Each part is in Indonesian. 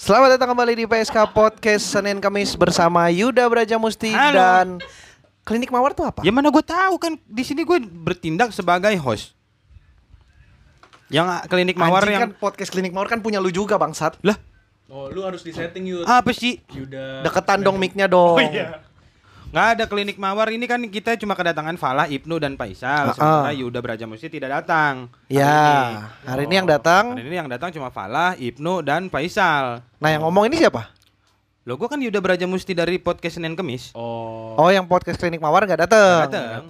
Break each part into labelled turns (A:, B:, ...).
A: Selamat datang kembali di PSK Podcast Senin Kamis bersama Yuda Braja Musti
B: Halo.
A: dan Klinik Mawar tuh apa?
B: Ya mana gue tahu kan di sini gue bertindak sebagai host. Yang ah, klinik mawar
A: Anjing
B: yang
A: kan podcast Klinik Mawar kan punya lu juga bangsat.
B: lah
C: Oh, lu harus disetting yuk.
B: apa sih?
C: Yuda.
A: Deketan dong mic-nya dong.
B: Oh, iya. Nggak ada klinik mawar ini kan kita cuma kedatangan Falah, Ibnu dan
A: Ah,
B: Faisal. Sementara
A: ah.
B: Yuda Brajamusti tidak datang. hari
A: Ya,
B: ini.
A: hari ini yang datang.
B: Hari ini yang datang cuma Falah, Ibnu dan Faisal.
A: Nah, yang ngomong ini siapa?
B: Lo gue kan Yuda Brajamusti dari podcast Senin Kemis.
C: Oh.
A: Oh, iya. yang podcast Klinik Mawar nggak datang.
B: datang.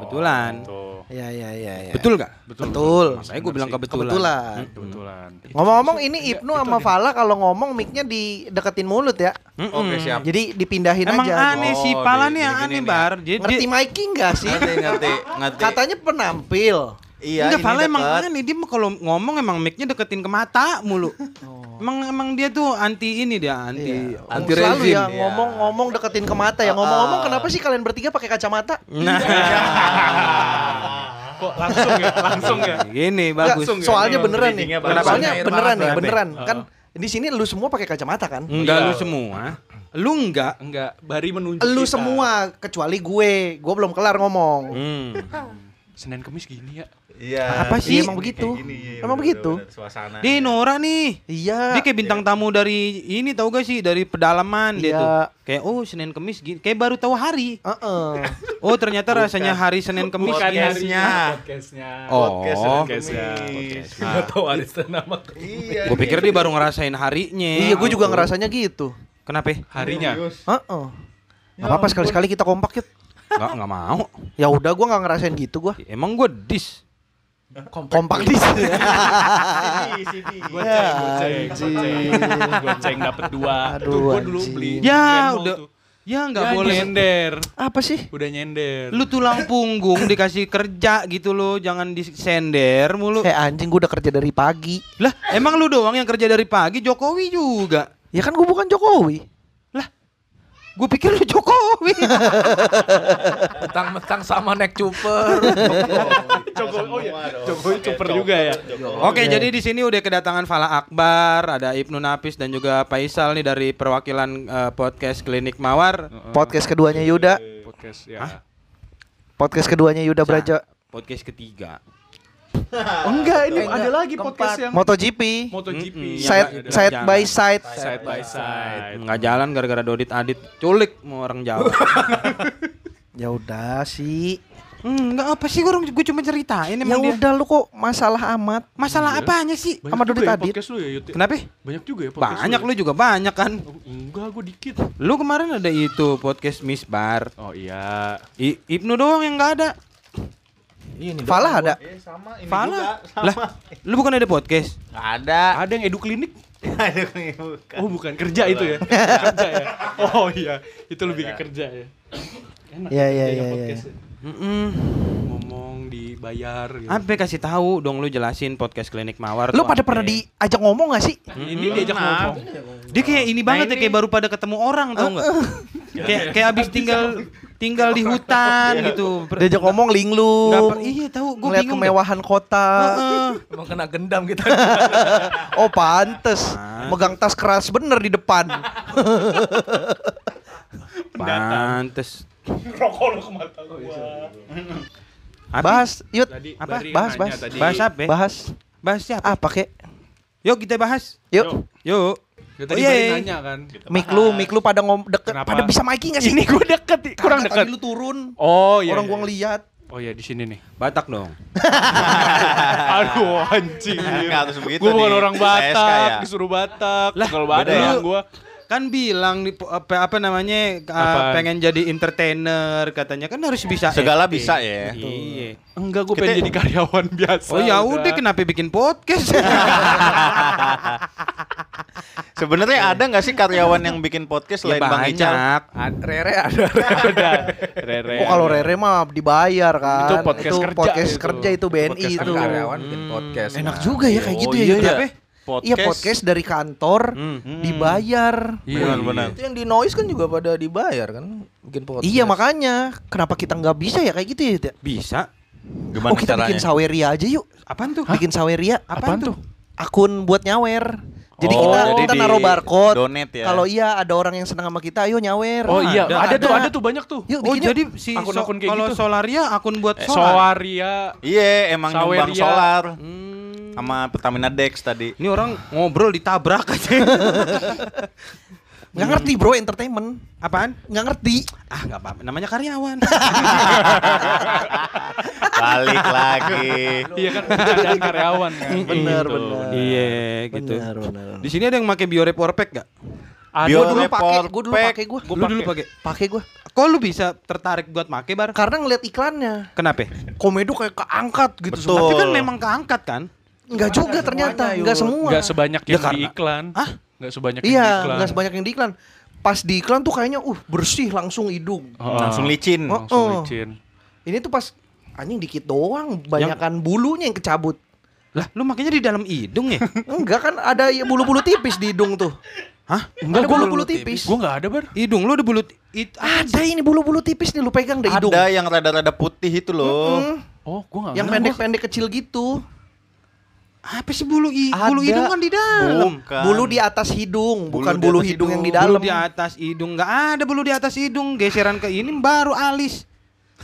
B: Kebetulan.
D: Tuh,
A: Iya, iya, iya, iya.
B: Betul gak?
D: betul.
A: Betul.
B: Makanya gue bilang kebetulan.
A: Kebetulan.
B: Hmm.
D: Kebetulan.
A: Ngomong-ngomong ini
B: Iya,
A: Ibnu sama Fala kalau ngomong mic-nya dideketin mulut ya.
B: Mm-mm.
C: Oke, siap.
A: Jadi dipindahin
B: Hmm. Emang
A: aja.
B: aneh
C: Oh,
B: sih, Falah
C: di-
B: nih yang
C: diginiin
B: aneh
C: ya.
B: bar. Jadi
A: Ngerti miking nggak sih?
C: Ngerti, ngerti, ngerti.
A: Iya. Katanya penampil.
C: iya,
B: Enggak,
C: ini
B: Fala emang
C: deket.
B: aneh dia mah kalau ngomong emang mic-nya deketin ke mata mulu. Emang emang dia tuh anti ini dia, anti
A: Iya.
C: anti
A: Selalu
C: rezim.
A: ya
C: Iya.
A: ngomong-ngomong deketin ke mata ya. Ngomong-ngomong kenapa sih kalian bertiga pakai kacamata?
B: Nah,
D: Ah, Kok langsung ya? Langsung
B: Iya.
D: ya?
B: gini bagus.
D: Langsung ya?
A: soalnya
D: Emang
A: beneran nih.
D: bridging-nya bagus.
A: Soalnya
C: Kenapa?
A: beneran nih,
C: Kenapa?
A: beneran. Kan di sini lu semua pakai kacamata kan?
B: Enggak
D: Iya.
B: lu semua. Lu enggak.
D: Enggak, Bari menunjuk
A: Lu
D: kita.
A: semua kecuali gue. Gue belum kelar ngomong.
B: Hmm.
D: Senin Kemis gini ya.
C: Iya.
B: Apa
A: Iya,
B: sih?
A: emang begitu.
C: Kayak gini, iya,
A: Emang
C: bener,
A: begitu.
C: bener, Suasana.
B: Dia Nora nih.
A: Iya.
B: Dia kayak bintang tamu dari ini tau gak sih dari pedalaman dia
A: Iya.
B: tuh. Kayak oh Senin Kemis gini. Kayak baru tahu hari.
A: Heeh.
B: Oh ternyata rasanya hari Senin Kemis
D: Bukan
B: gini.
D: hari.
C: Podcastnya. iya.
D: Podcastnya.
C: Podcast ya,
B: Oh.
D: Podcastnya.
A: Iya.
C: Kemis.
D: Enggak tahu ada nama.
C: Iya.
B: Gue pikir dia baru ngerasain harinya.
A: Iya, gue juga ngerasanya gitu.
B: Kenapa? ya?
D: Harinya.
A: Heeh. Gak apa-apa sekali-sekali kita kompak yuk.
B: Nggak nggak mau.
A: Ya udah gue gak ngerasain gitu gue.
B: Iya, Emang gue dis.
A: Kompak di sini.
D: Gue
A: Ya,
D: ceng, gue ceng, gue ceng. Gue ceng dapet dua.
A: Aduh,
D: Tuh, gua dulu
A: anjing.
D: beli.
B: Ya
D: Grand Mall
B: udah.
D: tuh.
B: Ya nggak
D: Iya, Ya,
B: boleh.
D: Nyender.
A: Apa sih?
D: Udah nyender.
B: Lu tulang punggung dikasih kerja gitu lo, jangan disender mulu.
A: Kayak Eh, anjing gue udah kerja dari pagi.
B: Lah, emang lu doang yang kerja dari pagi, Jokowi juga.
A: Ya kan gue bukan Jokowi.
B: Lah, gue pikir lu Jokowi.
E: Mentang-mentang sama naik cuper.
D: Jokowi, oh ya. Jokowi cuper juga ya.
B: Oke, jadi di sini udah kedatangan Fala Akbar, ada Ibnu Nafis dan juga Faisal nih dari perwakilan eh, podcast Klinik Mawar.
A: Podcast keduanya Yuda.
D: Podcast ya.
A: Podcast keduanya Yuda Braja.
B: Podcast ketiga.
D: Enggak, ini
E: Eh, enggak.
D: ada lagi
E: Keempat.
D: podcast yang
A: MotoGP.
D: MotoGP.
B: Mm-mm. Iya,
A: side
B: Mbak.
A: side
B: Jangan.
A: by side.
D: Side by side.
B: Nggak jalan gara-gara Dodit Adit culik mau orang Jawa.
A: Ya udah sih.
B: Hmm, nggak apa sih gue cuma ceritain
A: Ya
B: emang dia.
A: udah lu kok masalah amat.
B: Masalah apanya sih?
D: Banyak
A: Sama
D: juga
A: Dodit
D: ya
A: Adit.
D: Podcast lu ya, Yut.
B: Kenapa?
D: Banyak juga ya podcast
B: Banyak lu juga banyak kan.
D: Oh, enggak, gue dikit.
B: Lu kemarin ada itu podcast Miss Bar.
D: Oh iya.
B: I- Ibnu doang yang nggak ada.
A: Falah ada.
C: Eh, sama ini
B: Fala.
C: juga.
B: Lah, lu bukan ada podcast?
C: Nggak ada. Iya.
D: Ada yang edu klinik?
C: Aduh, ini bukan.
D: Oh bukan kerja itu ya. kerja ya. Oh iya, itu lebih ke kerja ya. Enak
A: Iya, iya,
D: kerja
A: iya,
D: podcast
A: iya.
D: ya.
B: Mm-mm.
D: Ngomong dibayar gitu.
B: Ampe kasih tahu dong lu jelasin podcast klinik mawar.
A: Lu
B: tuh
A: pada
B: ampe.
A: pernah diajak ngomong gak sih?
D: Ini diajak ngomong.
B: Dia kayak ini Uh-uh. banget ya kayak baru pada ketemu orang tau nggak? kayak kayak abis tinggal tinggal di hutan gitu. Per-
A: Diajak ngomong linglung.
B: nggak per- iya tahu gue
A: ngeliat
B: bingung.
A: kemewahan kota.
B: Heeh.
E: Emang kena gendam kita.
A: Oh pantes.
B: Ah.
A: Megang tas keras bener di depan.
B: Pantes.
D: Rokok lu ke mata gua.
B: Apa?
A: Bahas, yut.
D: Tadi
B: Apa?
D: Bari
A: Bahas,
D: nanya
A: bahas.
D: tadi.
B: Bahas apa?
A: Bahas.
B: Bahas siapa?
A: Apa kek?
B: Yuk kita bahas.
A: Yuk.
B: Yuk.
D: Ya, tadi
B: Oh, iya,
D: Bari
B: iya.
D: nanya kan.
A: Mik lu, mik lu pada ngom deket.
D: Kenapa?
A: Pada bisa maiki gak sih? Ini gue deket. Kurang deket. Tadi lu turun.
D: Oh iya.
A: Orang
D: iya,
A: gua
D: iya.
A: ngeliat.
D: Oh iya di sini nih.
B: Batak dong.
D: Aduh anjing.
C: Nggak harus begitu
D: Gue bukan
C: nih.
D: orang
C: PSK
D: Batak,
C: ya.
D: disuruh Batak.
B: Lah,
D: Kalau
B: beda
D: Batak
B: ya?
D: orang gua
B: Kan bilang di, apa, apa namanya uh,
D: Apaan?
B: pengen jadi entertainer katanya kan harus bisa
C: Segala
B: acting.
C: bisa ya.
B: Iya.
D: enggak gue
C: Kita-
D: pengen jadi karyawan biasa.
B: Oh ya udah kenapa bikin podcast?
C: Sebenarnya ada nggak sih karyawan yang bikin podcast
B: ya
C: selain Bang Ical?
B: banyak.
E: Rere ada.
D: Ada. Rere.
A: Oh kalau Rere mah dibayar kan.
D: Itu podcast kerja
A: podcast
D: itu.
A: kerja itu
C: Kan
A: BNI
D: Podcast
A: Iya. itu. Hmm.
D: kerja.
E: Karyawan bikin podcast.
A: Enak
E: Nah.
A: juga ya kayak
C: Oh,
A: gitu ya.
C: iya,
A: Yud, ya.
C: Dap.
A: Iya podcast dari kantor
B: Hmm.
A: dibayar.
C: Hmm. Iya. Benar-benar.
E: Itu yang di noise kan juga pada dibayar kan bikin podcast.
A: Iya makanya kenapa kita nggak bisa ya kayak gitu ya? Yud, ya?
B: Bisa.
C: Gimana
A: oh kita bikin
C: caranya?
A: saweria aja yuk.
B: Apaan tuh?
A: Bikin saweria.
B: Apaan tuh?
A: Akun buat nyawer. Jadi
C: Oh,
A: kita
C: jadi
A: kita
C: di
A: naruh barcode.
C: donate ya.
A: Kalau iya ada orang yang senang sama kita, ayo nyawer.
D: Oh iya,
B: Ada,
D: ada, tuh,
A: ada.
D: ada tuh banyak tuh.
A: Yuk,
B: Oh
A: bikin
B: jadi
A: yuk.
B: si
D: Akun-akun
B: so-
D: kayak
B: kalau
D: gitu.
B: Solaria akun buat
D: Eh,
B: solar.
D: Soaria.
C: Iya, emang nyumbang
D: Saweria.
C: solar
B: Hmm.
C: sama Pertamina Dex tadi.
B: Ini orang ngobrol ditabrak aja.
A: nggak ngerti bro entertainment,
B: Apaan?
A: nggak ngerti.
B: Ah nggak apa-apa. Namanya karyawan.
C: Balik lagi.
D: Iya kan, pekerjaan karyawan kan.
A: Bener,
D: Gitu.
A: bener.
B: Iya gitu.
A: Benar, benar.
B: Di sini ada yang pakai Biorep Warpack gak?
D: Ada
C: Bio-
D: tuh.
A: Dulu pakai,
C: Report
A: gue dulu
C: pack.
A: pakai gue,
D: Gua
B: Lu dulu
D: pakai.
B: pakai.
A: pakai gue.
B: Kok lu bisa tertarik buat make bar?
A: Karena ngeliat iklannya,
B: Kenapa?
A: komedo kayak keangkat gitu.
C: Betul.
A: semua.
B: Tapi kan memang keangkat kan?
A: Nggak juga ternyata, nggak semua.
D: Nggak sebanyak
B: Ya
D: yang di
B: karena-
D: iklan.
B: Hah?
D: Nggak sebanyak yang di
A: Iya,
D: iklan.
A: nggak sebanyak yang di iklan. Pas di iklan tuh kayaknya, uh bersih langsung hidung.
D: Oh,
C: Langsung licin.
A: Oh.
D: Langsung licin.
A: Ini tuh pas anjing dikit doang, banyakan bulunya yang kecabut.
B: Lah, lu makanya di dalam hidung ya?
A: Enggak kan ada ya bulu-bulu tipis di hidung tuh.
B: Hah?
A: Ada
D: gua-
A: bulu-bulu tipis.
D: Gua nggak ada bar.
B: Hidung lu ada bulu t- it
A: Ada ini bulu-bulu tipis nih lu pegang deh hidung.
C: Ada yang rada-rada putih itu loh.
A: Hmm,
D: Oh, gua nggak.
A: yang
D: nggak, gua-
A: pendek-pendek kecil gitu.
B: apa sih bulu i- bulu
A: Ada.
B: hidung kan di dalam.
C: Bukan.
A: Bulu di atas hidung,
C: Bulu
A: bukan
C: di
A: bulu
C: atas
A: hidung yang di
C: hidung.
A: dalam.
B: Bulu di atas hidung nggak ada bulu di atas hidung geseran ke ini baru alis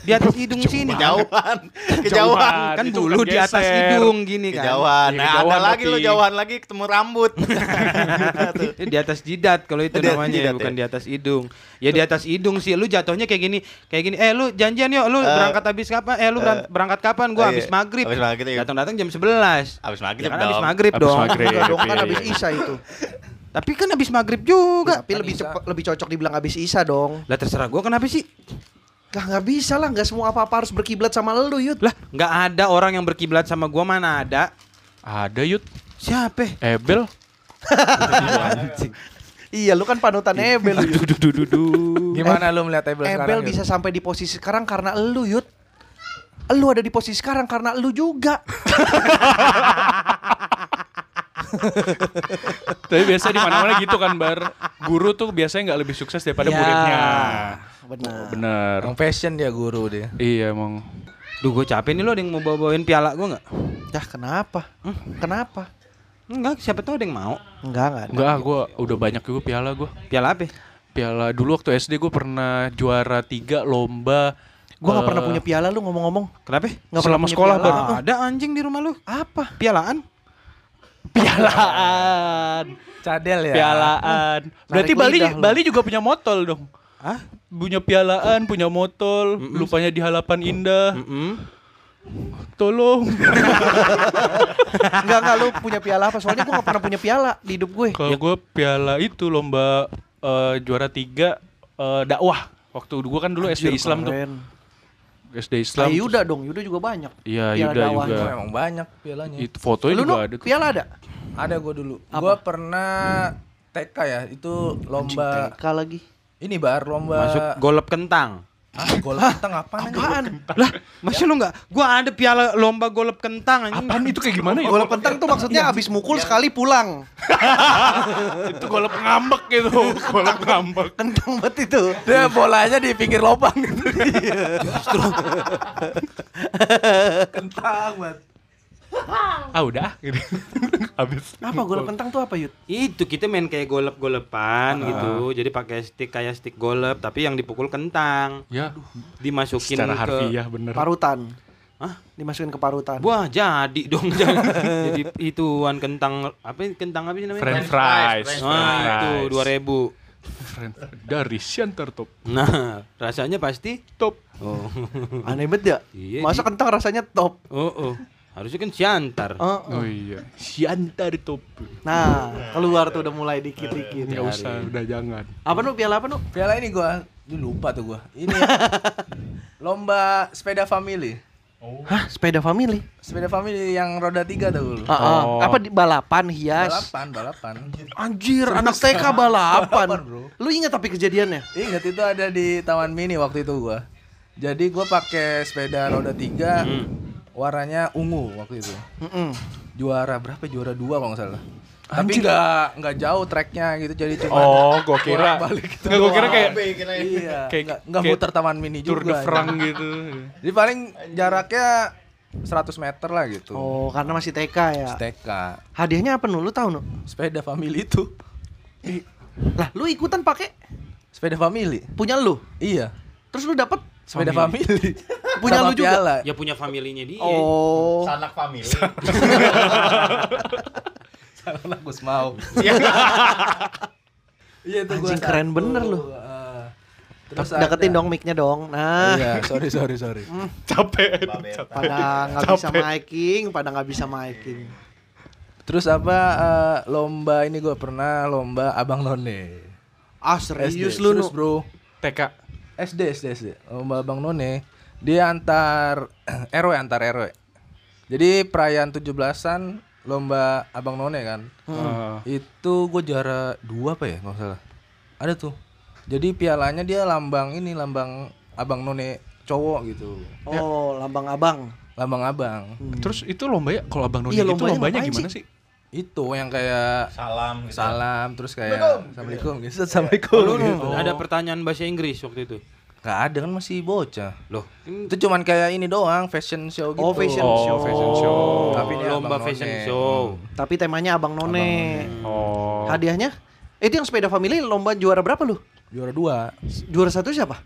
B: di atas hidung sini
C: Kejauhan. Kejauhan.
D: Jauhan.
B: kan
D: Itu
B: bulu
D: bukan
B: di atas
D: geser.
B: hidung gini kan
C: Kejauhan.
D: Iya,
C: Nah, ada
D: kejauhan
C: lagi
D: tapi.
C: lu jauhan lagi ketemu rambut.
B: Eh, di atas jidat kalau itu
C: Di atas
B: namanya
C: jidat,
B: bukan
C: ya?
B: di atas hidung ya di atas hidung sih lu jatuhnya kayak gini kayak gini eh lu janjian yuk lu
C: Eh,
B: berangkat habis kapan eh lu berang- berangkat kapan
C: oh,
B: gua
C: iya.
B: habis maghrib
C: Habis maghrib, iya.
B: datang datang jam 11
C: Abis maghrib
B: ya kan
C: dong.
B: habis maghrib
D: Abis
B: dong
D: maghrib.
A: Enggak dong kan
D: Iya,
A: habis
D: iya.
A: Isa itu.
B: tapi kan habis maghrib juga
E: Kan
A: Tapi lebih cepat lebih cocok dibilang habis Isa dong.
B: lah terserah gua kenapa sih
A: Lah nggak bisa lah, nggak semua apa-apa harus berkiblat sama lu, Yud.
B: lah nggak ada orang yang berkiblat sama gua mana ada
D: Ada yut.
B: siapa eh?
D: Ebel.
A: Iya, lu kan panutan Ebel. Yud.
E: Gimana lu melihat Ebel sekarang?
A: Ebel
E: Yud?
A: bisa sampai di posisi sekarang karena elu Yud Elu ada di posisi sekarang karena elu juga
D: Tapi biasanya di mana-mana gitu kan bar. Guru tuh biasanya nggak lebih sukses daripada
B: Ya.
D: muridnya.
A: Benar
D: Bener.
E: Emang fashion dia guru dia.
D: Iya emang.
B: Duh gue capek nih lo ada yang mau bawain piala gue nggak?
A: Dah kenapa? Kenapa?
B: Enggak siapa tahu ada yang mau
A: Enggak, enggak ada.
D: Enggak, ah, gua udah banyak juga piala gua.
B: Piala apa?
D: Piala dulu waktu SD gue pernah juara tiga lomba.
A: Gua nggak
D: eh,
A: pernah punya piala lu ngomong-ngomong
B: Kenapa?
A: Nggak
D: Selama
A: punya
D: sekolah,
A: piala. Eh.
B: Ah, ada anjing di rumah lu
A: Apa?
B: Pialaan?
D: pialaan,
E: Cadel ya.
D: pialaan. Berarti
A: lidah
D: Bali
A: lu.
D: Bali juga punya motol dong.
B: Hah?
D: Punya pialaan, punya motol, lupanya di halapan indah.
B: Mm-mm.
D: Tolong.
A: Enggak, enggak lu punya piala apa? Soalnya gua nggak pernah punya piala di hidup gue
D: Kalau gue piala itu lomba eh, juara tiga eh, dakwah. Waktu gue kan dulu
A: Iya.
D: SD Islam tuh. SD Islam.
A: Nah, Yuda dong, Yuda juga banyak
D: Iya,
A: Piala
D: Yuda
A: dakwah.
D: juga.
E: Gua emang banyak pialanya.
D: Itu fotonya
A: Lu
D: juga
A: Nuk,
D: ada tuh.
A: piala ada?
E: Ada gue dulu. Gue pernah TK ya. Itu lomba
A: TK lagi
E: ini bar lomba.
B: Masuk golep kentang
E: Ah, golok tengah apaan? Apaan?
B: Lah masa lu nggak? Gua ada piala lomba golep kentang anjing
D: Apaan itu kayak gimana ya?
A: Bola kentang tuh maksudnya abis mukul sekali pulang
D: itu golep ngambek gitu. golep ngambek.
A: Kentang banget itu
E: Dia bolanya di pinggir lubang gitu. Kentang banget.
D: Ah udah. Gitu. Habis.
A: Apa bola kentang tuh apa Yud?
B: Itu kita main
A: Ah.
B: kayak golep-golepan gitu Jadi pakai stick kayak stick golep Tapi yang dipukul kentang
D: Ya.
B: Dimasukin
D: Secara
B: ke
D: harfiah bener.
A: Parutan
B: Hah?
A: Dimasukin ke parutan
B: Wah jadi dong Jadi ituan kentang Apa kentang apa sih namanya? Ah,
D: French fries.
B: Nah itu 2000
D: French fries. Dari Siantar Top.
B: Nah, rasanya pasti
D: Top.
B: oh.
A: Aneh banget ya?
B: Iya,
A: Masa
B: di-
A: kentang rasanya top?
B: oh, oh. Harusnya kan siantar.
A: Oh, oh.
D: Oh iya. Siantar Top.
A: Nah, keluar tuh udah mulai dikit-dikit.
D: Nggak usah, udah jangan.
A: Apa nu piala apa nu?
E: Piala ini gue lupa tuh gue. Ini lomba sepeda family.
A: Hah, sepeda family.
E: Sepeda family yang roda tiga tuh dulu.
A: Ah, ah.
D: Oh.
A: Apa di balapan hias?
E: Balapan, balapan.
A: Anjir, anak TK balapan.
E: Balapan, bro.
A: Lu ingat tapi kejadiannya?
E: Ingat itu ada di Taman Mini waktu itu gua. Jadi gua pakai sepeda roda tiga, warnanya ungu waktu itu.
A: Mm-mm.
E: Juara berapa? Juara dua kalau nggak salah. Tapi nggak nggak jauh treknya gitu, jadi cuma
D: Oh, gua kira.
E: bolak-balik gitu.
D: Nggak, gua kira kayak
E: iya,
D: kayak-
E: nggak nggak
D: kayak
E: muter Taman Mini
D: Tour gitu.
E: juga.
D: de France gitu.
E: Jadi paling jaraknya 100 meter lah gitu.
A: Oh, karena masih TK ya.
E: STK.
A: Hadiahnya apa nu? Lu tahu nu?
E: Sepeda family itu.
A: Lah, lu ikutan pakai
E: Sepeda family.
A: punya lu.
E: Iya.
A: Terus lu dapat
E: Sepeda family.
A: Punya
E: Sama
A: lu juga?
E: piala.
B: Ya punya familinya dia.
A: Oh.
C: Sanak family.
E: Karena gue mau. Iya itu
A: Anjing, keren bener lu.
E: Heeh. Terus
A: Deketin
E: ada-
A: dong mic-nya dong. Nah.
E: Iya, sorry sorry sorry.
D: capek
A: Pada nggak bisa miking, pada nggak bisa miking.
E: Terus apa eh, lomba ini gue pernah lomba Abang None.
A: Ah serius
E: SD.
A: lu nu?
E: Serius, Bro.
D: TK
E: SD SD SD. Lomba Abang None. Dia antar RW antar RW. Jadi perayaan 17-an lomba Abang None kan.
D: Eh,
E: Itu gue juara dua apa ya nggak salah. Ada tuh. Jadi pialanya dia lambang ini lambang Abang None cowok gitu.
A: Oh, lambang abang.
E: Lambang abang.
D: terus itu lomba ya kalau abang Noni
A: Iya,
D: itu
A: lombanya
D: lombanya
A: ngapain
D: gimana sih
E: Itu yang kayak
C: Salam gitu.
E: salam terus kayak assalamualaikum gitu assalamualaikum gitu.
B: Ada pertanyaan bahasa Inggris waktu itu.
E: Nggak ada kan masih bocah
B: Loh,
E: itu cuman kayak ini doang fashion show gitu
A: Oh, fashion
D: Oh,
A: show.
D: fashion show.
E: Oh. Tapi dia
B: lomba
E: Abang Hmm.
B: fashion
E: None.
B: show.
A: Tapi temanya abang none.
D: oh
A: Hadiahnya? Itu yang sepeda family lomba juara berapa lu?
E: juara dua
A: Juara satu siapa?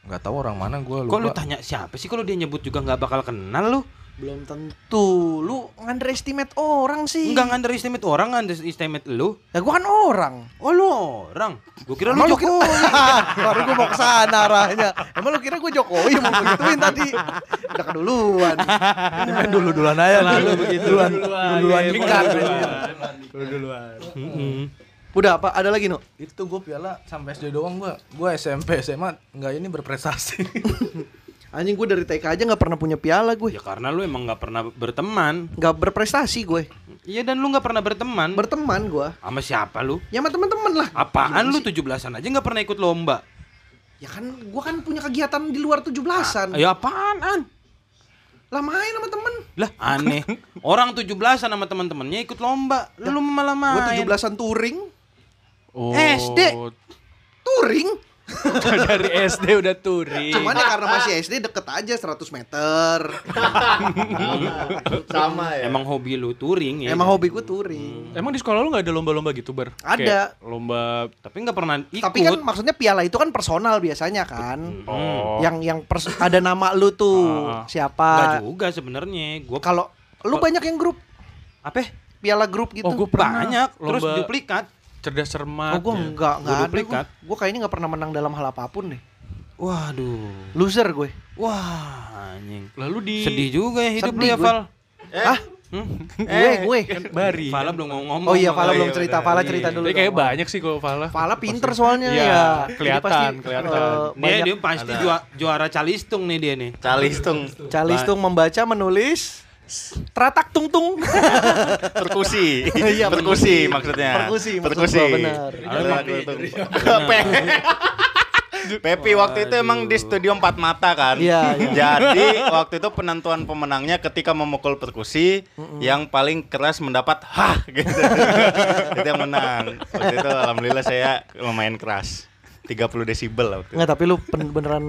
E: nggak tahu orang mana gue
B: Kok lu
E: lupa
B: tanya siapa sih kalau dia nyebut juga nggak bakal kenal lu?
A: Belum tentu. Lu underestimate orang sih.
B: Enggak underestimate orang, underestimate lu.
A: Ya gua kan orang.
B: Oh lu orang. Gua kira lu
A: Emang lu
B: Jokowi.
A: kira Baru gua mau kesana arahnya. Emang lu kira gua Jokowi mau gua gituin tadi? Udah keduluan.
E: ini main dulu duluan aja lalu begitu duluan
B: Iya,
E: duluan ningkat
B: Mm-mm.
A: Udah apa? Ada lagi nu?
E: itu gue piala sampai SD doang gue gue SMP SMA nggak ini berprestasi
A: Anjing gue dari TK aja nggak pernah punya piala gue.
B: Ya karena lu emang nggak pernah berteman.
A: Nggak berprestasi gue.
B: Iya dan lu nggak pernah berteman.
A: Berteman gue.
B: Sama siapa lu?
A: Ya sama teman-teman lah.
B: Apaan lu 17-an aja nggak pernah ikut lomba?
A: Ya kan gue kan punya kegiatan di luar 17-an.
B: Ya apaanan?
A: Lah main sama temen.
B: Lah aneh. Orang 17-an sama teman-temannya ikut lomba. Lu malah main.
A: Gue 17-an touring.
D: oh
B: SD.
A: Touring?
D: dari SD udah touring
A: Cuman ya karena masih SD deket aja 100 meter.
C: Sama ya.
B: Emang hobi lu touring ya.
A: Emang hobi gue touring.
D: emang di sekolah lu nggak ada lomba-lomba gitu bar
A: Ada.
D: Kayak lomba
B: Tapi nggak pernah ikut.
A: Tapi kan maksudnya piala itu kan personal biasanya kan.
D: oh
A: Yang yang pers- ada nama lu tuh
B: Nggak
D: Ah.
A: siapa.
B: juga sebenarnya. Gua
A: Kalau lu banyak yang grup,
B: apa? ya?
A: piala grup gitu.
D: Oh, gua pernah.
B: Banyak. Terus
D: Lomba-
B: duplikat.
A: Oh,
D: cerdas cermat ya.
A: gue enggak,
B: Gua
A: enggak ada
B: duplikat.
A: gue. Gue kayaknya enggak pernah menang dalam hal apapun deh.
B: Waduh.
A: Loser gue.
B: Wah, anjing.
D: lalu di
B: Sedih juga ya hidup
A: Sedih
B: lu ya,
A: gue.
B: Val.
A: Hah? gue, gue.
D: bari
B: Fala belum ngomong.
A: Oh iya, Fala
C: Oh,
A: belum
C: iya,
A: cerita.
C: udah.
A: Fala cerita dulu.
D: Tapi kayak
A: dong.
D: banyak sih kalau Fala
A: Fala pinter soalnya
D: Iya,
A: ya.
D: kelihatan, kelihatan.
A: eh,
B: Dia,
A: banyak
B: Iya, dia pasti jua- juara calistung nih dia nih.
C: Calistung
A: calistung membaca, menulis, teratak tungtung.
C: perkusi.
A: Iya,
C: perkusi maksudnya.
A: Perkusi, maksud
C: Perkusi.
A: gua, benar. Iya,
C: Pepi waktu itu emang di studio empat mata kan.
A: Iya, iya.
C: Jadi waktu itu penentuan pemenangnya ketika memukul perkusi yang paling keras mendapat hah gitu. itu yang menang. Waktu itu alhamdulillah saya lumayan keras. 30 desibel lah waktu itu.
A: Enggak, tapi lu pen- beneran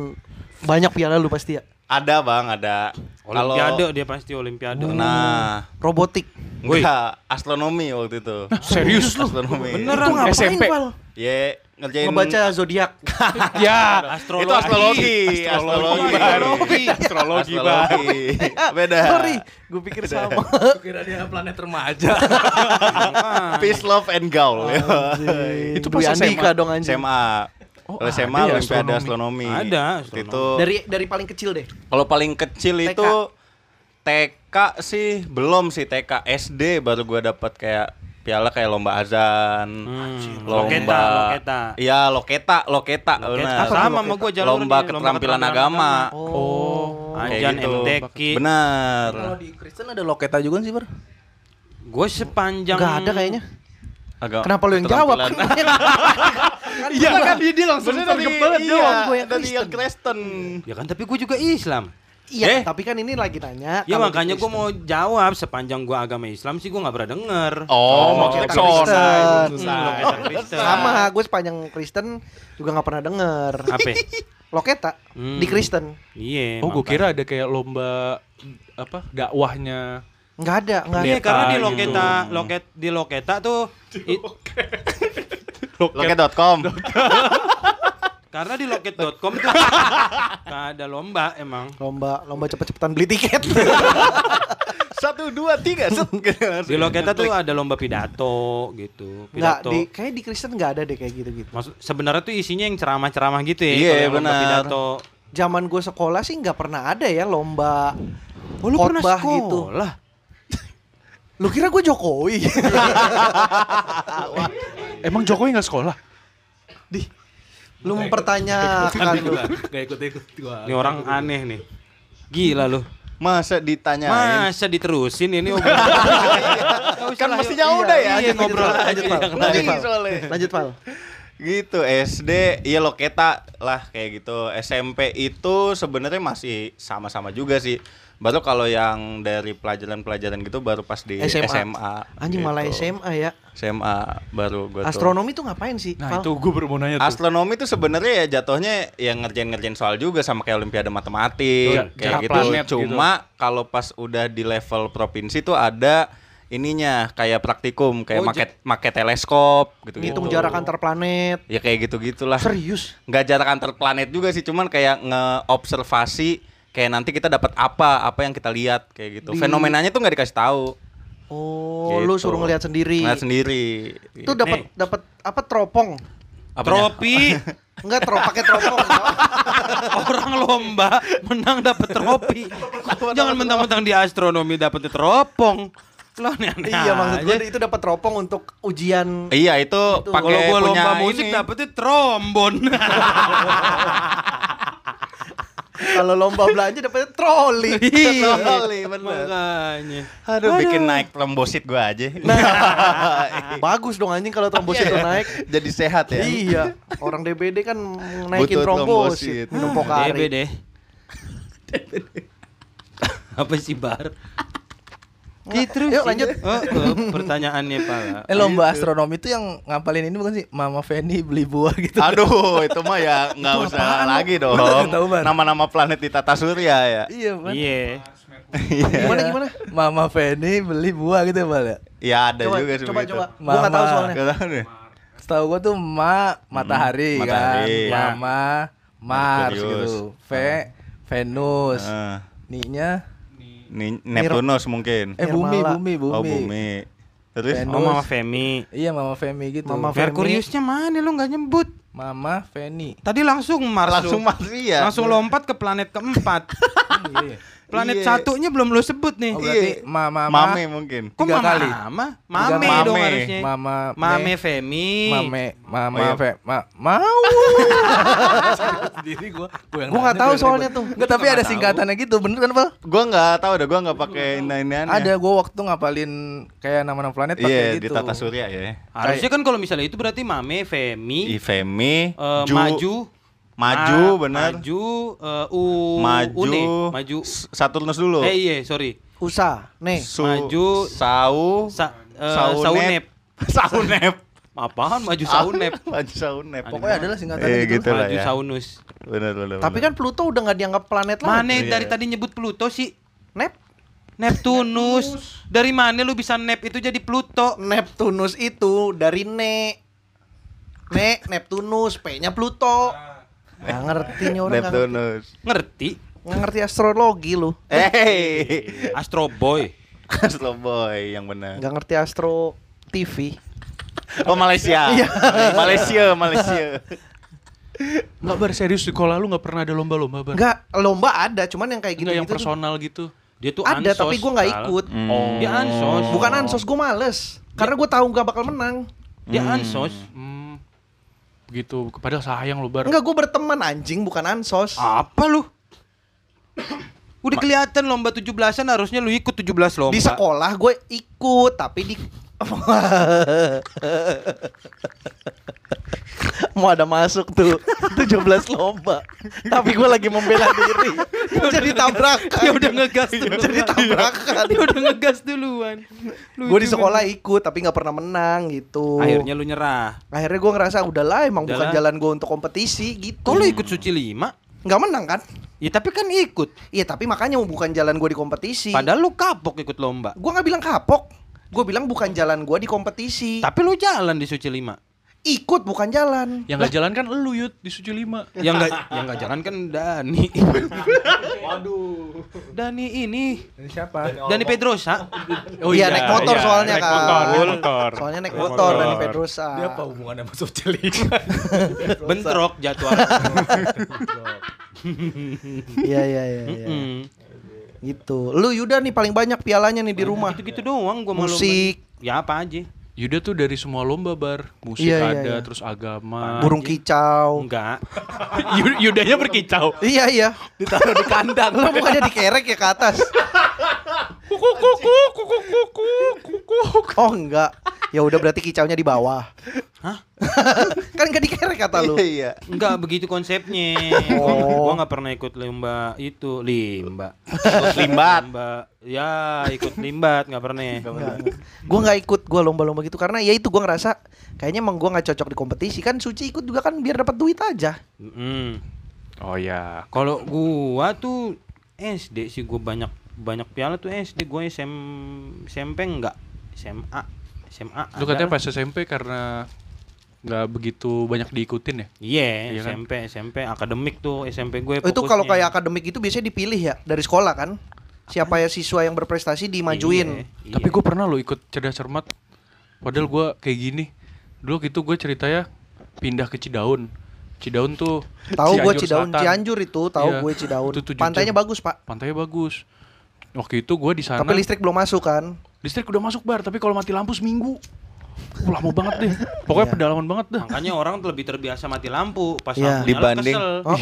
A: banyak piala lu pasti ya.
C: Ada bang, ada. Kalau
B: Olimpiade dia pasti olimpiade.
C: nah,
A: Robotik.
B: Wih.
C: enggak astronomi waktu itu.
D: serius lu?
C: Astronomi.
A: Itu
D: beneran
A: ngapain,
D: SMP
A: Fal?
C: Ya ngerjain
A: Membaca zodiak.
D: ya
B: Astrologi.
C: Itu astrologi, astrologi,
D: astrologi
C: Bang.
D: astrologi astrologi Bang.
C: Astrologi. Beda.
A: Sorry, gue pikir sama.
E: kira dia planet remaja
C: Peace, love, and gaul.
A: itu
D: Itu
A: Dwi
D: pas
A: Andika
D: SMA.
A: dong anjing.
C: SMA.
D: Oh, ada
C: Kalau SMA
D: ya
C: Olimpiade
D: astronomi.
C: astronomi.
B: Ada,
C: Waktu
B: astronomi.
C: Itu
A: Dari dari paling kecil deh.
C: kalau paling kecil
A: TK.
C: itu TK sih belum sih TK SD baru gua dapat kayak piala kayak lomba azan,
B: Hmm.
C: lomba
B: Loketa, loketa.
C: Iya, loketa, loketa. benar.
B: Apa sama sama gua jalur
C: lomba keterampilan agama.
D: oh
B: Nah,
C: Kayak
B: Anjan
C: gitu.
B: MTQ.
C: Benar.
E: kalau di Kristen ada loketa juga sih ber
B: Gue sepanjang
A: Enggak ada kayaknya.
C: Agak
A: Kenapa lu yang jawab?
C: keterampilan.
A: Iya kan
D: dia langsung
C: Sebenarnya dari iya,
A: doang gua yang
C: dari yang Kristen.
B: Ya kan tapi gue juga Islam.
A: Iya,
C: Eh.
A: tapi kan ini lagi nanya.
B: Ya
A: kalau di
B: makanya gue
A: Kristen.
B: mau jawab sepanjang gue agama Islam sih gue nggak pernah denger.
C: Oh, maksudnya
A: kita
C: pesona.
A: Kristen.
B: Susah.
A: Sama, gue sepanjang Kristen juga nggak pernah denger.
B: Apa?
A: Loketa
B: Hmm.
A: di Kristen.
B: Iya.
D: oh gue
B: makanya.
D: kira ada kayak lomba apa dakwahnya
A: Nggak ada, nggak ada.
B: Iya, karena di
D: gitu.
B: Loketa, Loket di Loketa tuh i-
C: Loket.com.
B: karena di loket.com tuh nggak ada lomba emang.
A: Lomba lomba cepet-cepetan beli tiket.
C: Satu, dua, tiga. Set.
B: Di Loketa tuh ada lomba pidato gitu,
A: Nggak
B: pidato.
A: di kayak di Kristen nggak ada deh kayak gitu-gitu.
B: Maksud sebenarnya tuh isinya yang ceramah-ceramah gitu ya.
C: Iya,
B: kalau yang lomba
C: benar.
B: Pidato.
A: Zaman gue sekolah sih nggak pernah ada ya lomba
B: Oh, lu pernah
A: khotbah
B: sekolah?
A: gitu. Lu kira gue Jokowi?
D: emang Jokowi nggak sekolah
A: Di lu mempertanyakan lu.
E: Gak ikut ikut gua.
B: Ini orang aneh nih. Gila lu.
C: Masa ditanyain?
B: Masa diterusin ini obrolan.
C: kan mestinya udah ya.
B: Iya,
A: lanjut,
B: ngobrol
A: lanjut, Fal.
B: aja yang
A: Lanjut,
C: lain.
A: Fal.
C: Soalnya.
A: Lanjut, Fal.
C: Gitu SD ya loketa lah kayak gitu. SMP itu sebenarnya masih sama-sama juga sih. Baru kalau yang dari pelajaran-pelajaran gitu baru pas di SMA.
A: Anjing malah
C: gitu.
A: SMA ya.
C: SMA baru gua tuh.
A: Astronomi tuh ngapain sih?
D: nah
A: Fal?
D: itu gue baru mau nanya
A: Iya
D: tuh
C: Astronomi itu sebenarnya ya jatuhnya ya ngerjain-ngerjain soal juga sama kayak olimpiade
D: Iya,
C: matematik
D: jarak
C: kayak gitu.
D: planet gitu.
C: Cuma kalau pas udah di level provinsi tuh ada ininya kayak praktikum kayak
B: Oh,
C: pakai pakai teleskop gitu-gitu.
A: ngitung jarak antar planet.
C: Ya kayak gitu-gitulah.
A: Serius?
C: Nggak jarak antar planet juga sih, cuman kayak ngeobservasi kayak nanti kita dapat apa, apa yang kita lihat kayak gitu.
A: Di-
C: Fenomenanya tuh nggak dikasih tahu.
A: Oh, lu
C: Gitu.
A: suruh ngeliat sendiri.
C: Ngeliat sendiri.
A: Itu dapat dapat apa teropong?
C: Apanya?
B: Tropi
A: Enggak terop pakai teropong.
B: orang lomba menang dapat tropi. Jangan mentang-mentang di astronomi dapat teropong. Lo aneh-aneh.
A: iya maksud gue
B: Nah, aja.
A: itu dapat teropong untuk ujian
C: Iya, itu
B: Kalau gua
C: pakai punya
B: lomba musik
C: ini.
B: dapetnya trombon.
A: kalau lomba belanja dapatnya troli.
B: Iya.
C: Troli, bener.
B: Makanya.
C: Aduh, bikin naik trombosit gua aja.
A: Nah, Bagus dong anjing kalau trombosit
C: Iya.
A: itu ya, naik.
C: Jadi sehat ya.
A: Iya, orang DBD kan naikin
C: Butuh
A: trombosit,
C: trombosit.
A: minum pokari.
B: DB deh. Apa sih bar?
A: Iya, terus. Yuk lanjut.
B: Oh, oh, pertanyaannya Pak.
E: Eh
B: Gitu.
E: lomba astronomi itu yang ngapalin ini bukan sih Mama Feni beli buah gitu.
C: Aduh, itu mah ya nggak
E: Itu
C: usah
E: apaan lu?
C: lagi dong.
E: Lu nggak tahu, Bar?
C: Nama-nama planet di tata surya ya.
E: Iya, Bang.
B: Iya.
A: Gimana gimana?
E: Mama Feni beli buah gitu, Bang. ya?
C: Ya ada
A: Coba
C: juga sih
A: coba
C: begitu.
A: coba. Gua enggak tahu
E: Mama.
A: soalnya.
C: Nggak tahu deh.
E: Setahu gua tuh Ma matahari,
C: Hmm, matahari. Ya.
E: kan. Mama Mars
C: Merkurius. Ah.
E: gitu. V Venus.
C: Eh,
E: Ninya
C: Ni- Neptunus mungkin.
E: eh bumi,
A: Nirmala.
E: bumi, bumi.
C: Oh, bumi. Terus
E: Venus.
B: Oh Mama Femi.
E: Iya, Mama Femi gitu.
A: Mama Fe-
B: Merkuriusnya mana lu nggak nyebut?
E: Mama Feni.
B: Tadi langsung Mars. lu.
C: langsung Maria.
B: Langsung lompat ke planet keempat.
E: Iya.
B: Planet
C: Iya.
B: satunya belum lu sebut nih.
E: Oh, berarti Mama
C: Mame mungkin.
B: Kok
E: tiga
B: mama
E: kali.
B: Mama?
E: Tiga
B: Mame
E: kali.
B: dong
C: Mame.
B: harusnya.
E: Mama
B: Mame
E: Me-
B: Femi.
E: Mame, Mama
C: Oh, iya.
E: Fe, Ma, mau. Sendiri gua, gua
A: Gua nggak tahu soalnya tuh.
E: Enggak, tapi ada singkatannya gitu, bener kan, Pak?
C: Gua nggak tahu deh, gua nggak pakai ini-inian.
E: Ada gua waktu ngapalin kayak nama-nama planet pakai
C: Kan ya. Iya,
E: gitu.
C: di tata surya ya.
B: Harusnya kan kalau misalnya itu berarti Mame Femi.
C: Ifemi,
B: eh,
C: Ju-
B: maju.
C: Maju,
B: Ma-
C: benar.
B: Maju eh, U
C: Maju.
B: Une. Maju.
C: S- Saturnus dulu.
B: Eh iya, sorry.
A: Usa, Ah, nih.
C: Su-
B: Maju.
C: Sau.
B: Sa, eh,
C: Saunep.
B: Saunep.
C: Saunep.
B: Apaan maju Saunep?
C: Maju Saunep.
E: Pokoknya adalah singkatannya
C: Eh
E: gitu.
C: gitu lah
B: maju
C: ya.
B: Saunus.
C: Benar benar.
A: Tapi kan Pluto udah nggak dianggap planet
B: Mana
A: lagi.
C: Iya.
B: dari tadi nyebut Pluto sih?
A: Nep
B: Neptunus. Dari mana lu bisa nep itu jadi Pluto?
A: Neptunus itu dari ne. Ne, Neptunus, P-nya Pluto. Nggak ngerti nih orang kan? nggak ngerti.
C: Neptunus.
B: Ngerti?
A: Nggak ngerti astrologi lu.
C: Eh,
B: Astro Boy.
C: slow boy yang benar.
A: Nggak ngerti astro TV.
C: Oh Malaysia.
A: Iya.
C: Malaysia, Malaysia.
D: nggak bar serius di sekolah lu nggak pernah ada lomba-lomba bar
A: Nggak, lomba ada, cuman yang kayak
D: Nggak
A: gitu-gitu
D: yang
A: tuh.
D: personal gitu
B: Dia tuh
A: ada
B: ansos,
A: tapi gue nggak
B: Kal.
A: ikut
B: Oh. Dia ansos.
A: bukan ansos gue males karena gue tahu gak bakal menang
B: Dia ansos.
D: hmm, gitu padahal sayang lu bar
A: enggak gue berteman anjing bukan ansos
B: Apa lu? Udah kelihatan lomba 17-an harusnya lu ikut 17 lomba.
A: di sekolah gue ikut tapi di mau ada masuk tuh 17 lomba tapi gue lagi membela diri jadi tabrakan Iya,
B: Dia udah ngegas dulu.
A: jadi tabrakan
B: Dia udah ngegas duluan.
A: gue di sekolah ikut tapi nggak pernah menang gitu
B: Akhirnya lu nyerah.
A: akhirnya gue ngerasa udahlah emang bukan
B: Udahlah. Hmm.
A: jalan gue untuk kompetisi gitu
B: Kok lu ikut suci lima?
A: nggak menang kan?
B: Ya tapi kan ikut.
A: Iya tapi makanya bukan jalan gue di kompetisi.
B: Padahal lu kapok ikut lomba.
A: Gue nggak bilang kapok. Gue bilang bukan jalan gue di kompetisi.
B: Tapi lu jalan di Suci 5.
A: Ikut bukan jalan.
D: Yang nggak jalan kan elu Yud di Suci 5.
B: Yang enggak yang enggak jalan kan Dani.
C: Waduh.
B: Dani ini.
E: Ini siapa?
B: Dani Pedrosa.
A: Oh iya, naik motor soalnya,
D: naik
A: Kak.
D: motor, naik motor.
A: Soalnya naik
D: Naik
A: motor
D: motor.
A: dari Pedrosa.
E: hubungannya sama Sofjelima?
B: Bentrok jadwal.
A: Iya iya iya. iya.
B: Hmm.
A: Gitu. Lu Yuda nih paling banyak pialanya nih di rumah.
B: Gitu-gitu doang gua malu.
A: Musik.
B: Ya apa aja?
D: Yuda tuh dari semua lomba bar, musik
A: Iya, iya,
D: ada,
A: iya.
D: terus agama.
A: Burung kicau.
B: Enggak.
D: Yu- Yudanya berkicau.
A: Iya iya.
E: Ditaruh di kandang.
A: Lu bukannya dikerek ya ke atas?
D: Kuku kuku kuku kuku kuku.
A: Oh enggak. Ya udah berarti kicaunya di bawah.
B: Hah?
A: kan enggak dikerek kata lu.
C: Iya, iya.
B: Enggak begitu konsepnya.
A: Oh.
B: Gua nggak pernah ikut lomba itu, limba.
C: Limbat.
B: Lomba. Ya, ikut limbat nggak pernah.
A: Gue nggak ikut gue lomba-lomba gitu karena ya itu gue ngerasa kayaknya emang gue nggak cocok di kompetisi kan Suci ikut juga kan biar dapat duit aja.
B: Mm.
D: Oh ya.
B: Kalau gua tuh SD sih gua banyak banyak piala tuh SD gua SM SMP enggak SMA SMA
D: Lu
B: ada
D: katanya
B: lah.
D: pas SMP karena nggak begitu banyak diikutin ya?
B: Iya,
D: Iya kan?
B: SMP SMP akademik tuh SMP
D: Ya,
A: Oh,
B: gue
A: itu kalau kayak akademik itu biasanya dipilih ya dari sekolah kan. Siapa ya siswa yang berprestasi
B: Iya,
A: dimajuin.
D: Tapi gue pernah lo ikut cerdas cermat. Padahal gue kayak gini. Dulu gitu gue ceritanya pindah ke Cidaun. Cidaun tuh
A: Tahu gue
D: Cianjur
A: Cidaun,
D: Selatan.
A: Cianjur itu tahu
D: Iya,
A: gue Cidaun.
D: itu tujuh
A: Pantainya
D: jam.
A: bagus, Pak.
D: Pantainya bagus. Waktu itu gue di sana.
A: Tapi listrik belum masuk kan.
D: listrik udah masuk bar, tapi kalau mati lampu seminggu. Uh, lama banget deh.
A: Iya.
D: Pokoknya pedalaman banget dah.
B: makanya orang tuh lebih terbiasa mati lampu pas
A: Iya.
B: lampu nyala
C: Dibanding.
B: kesel.
A: Oh,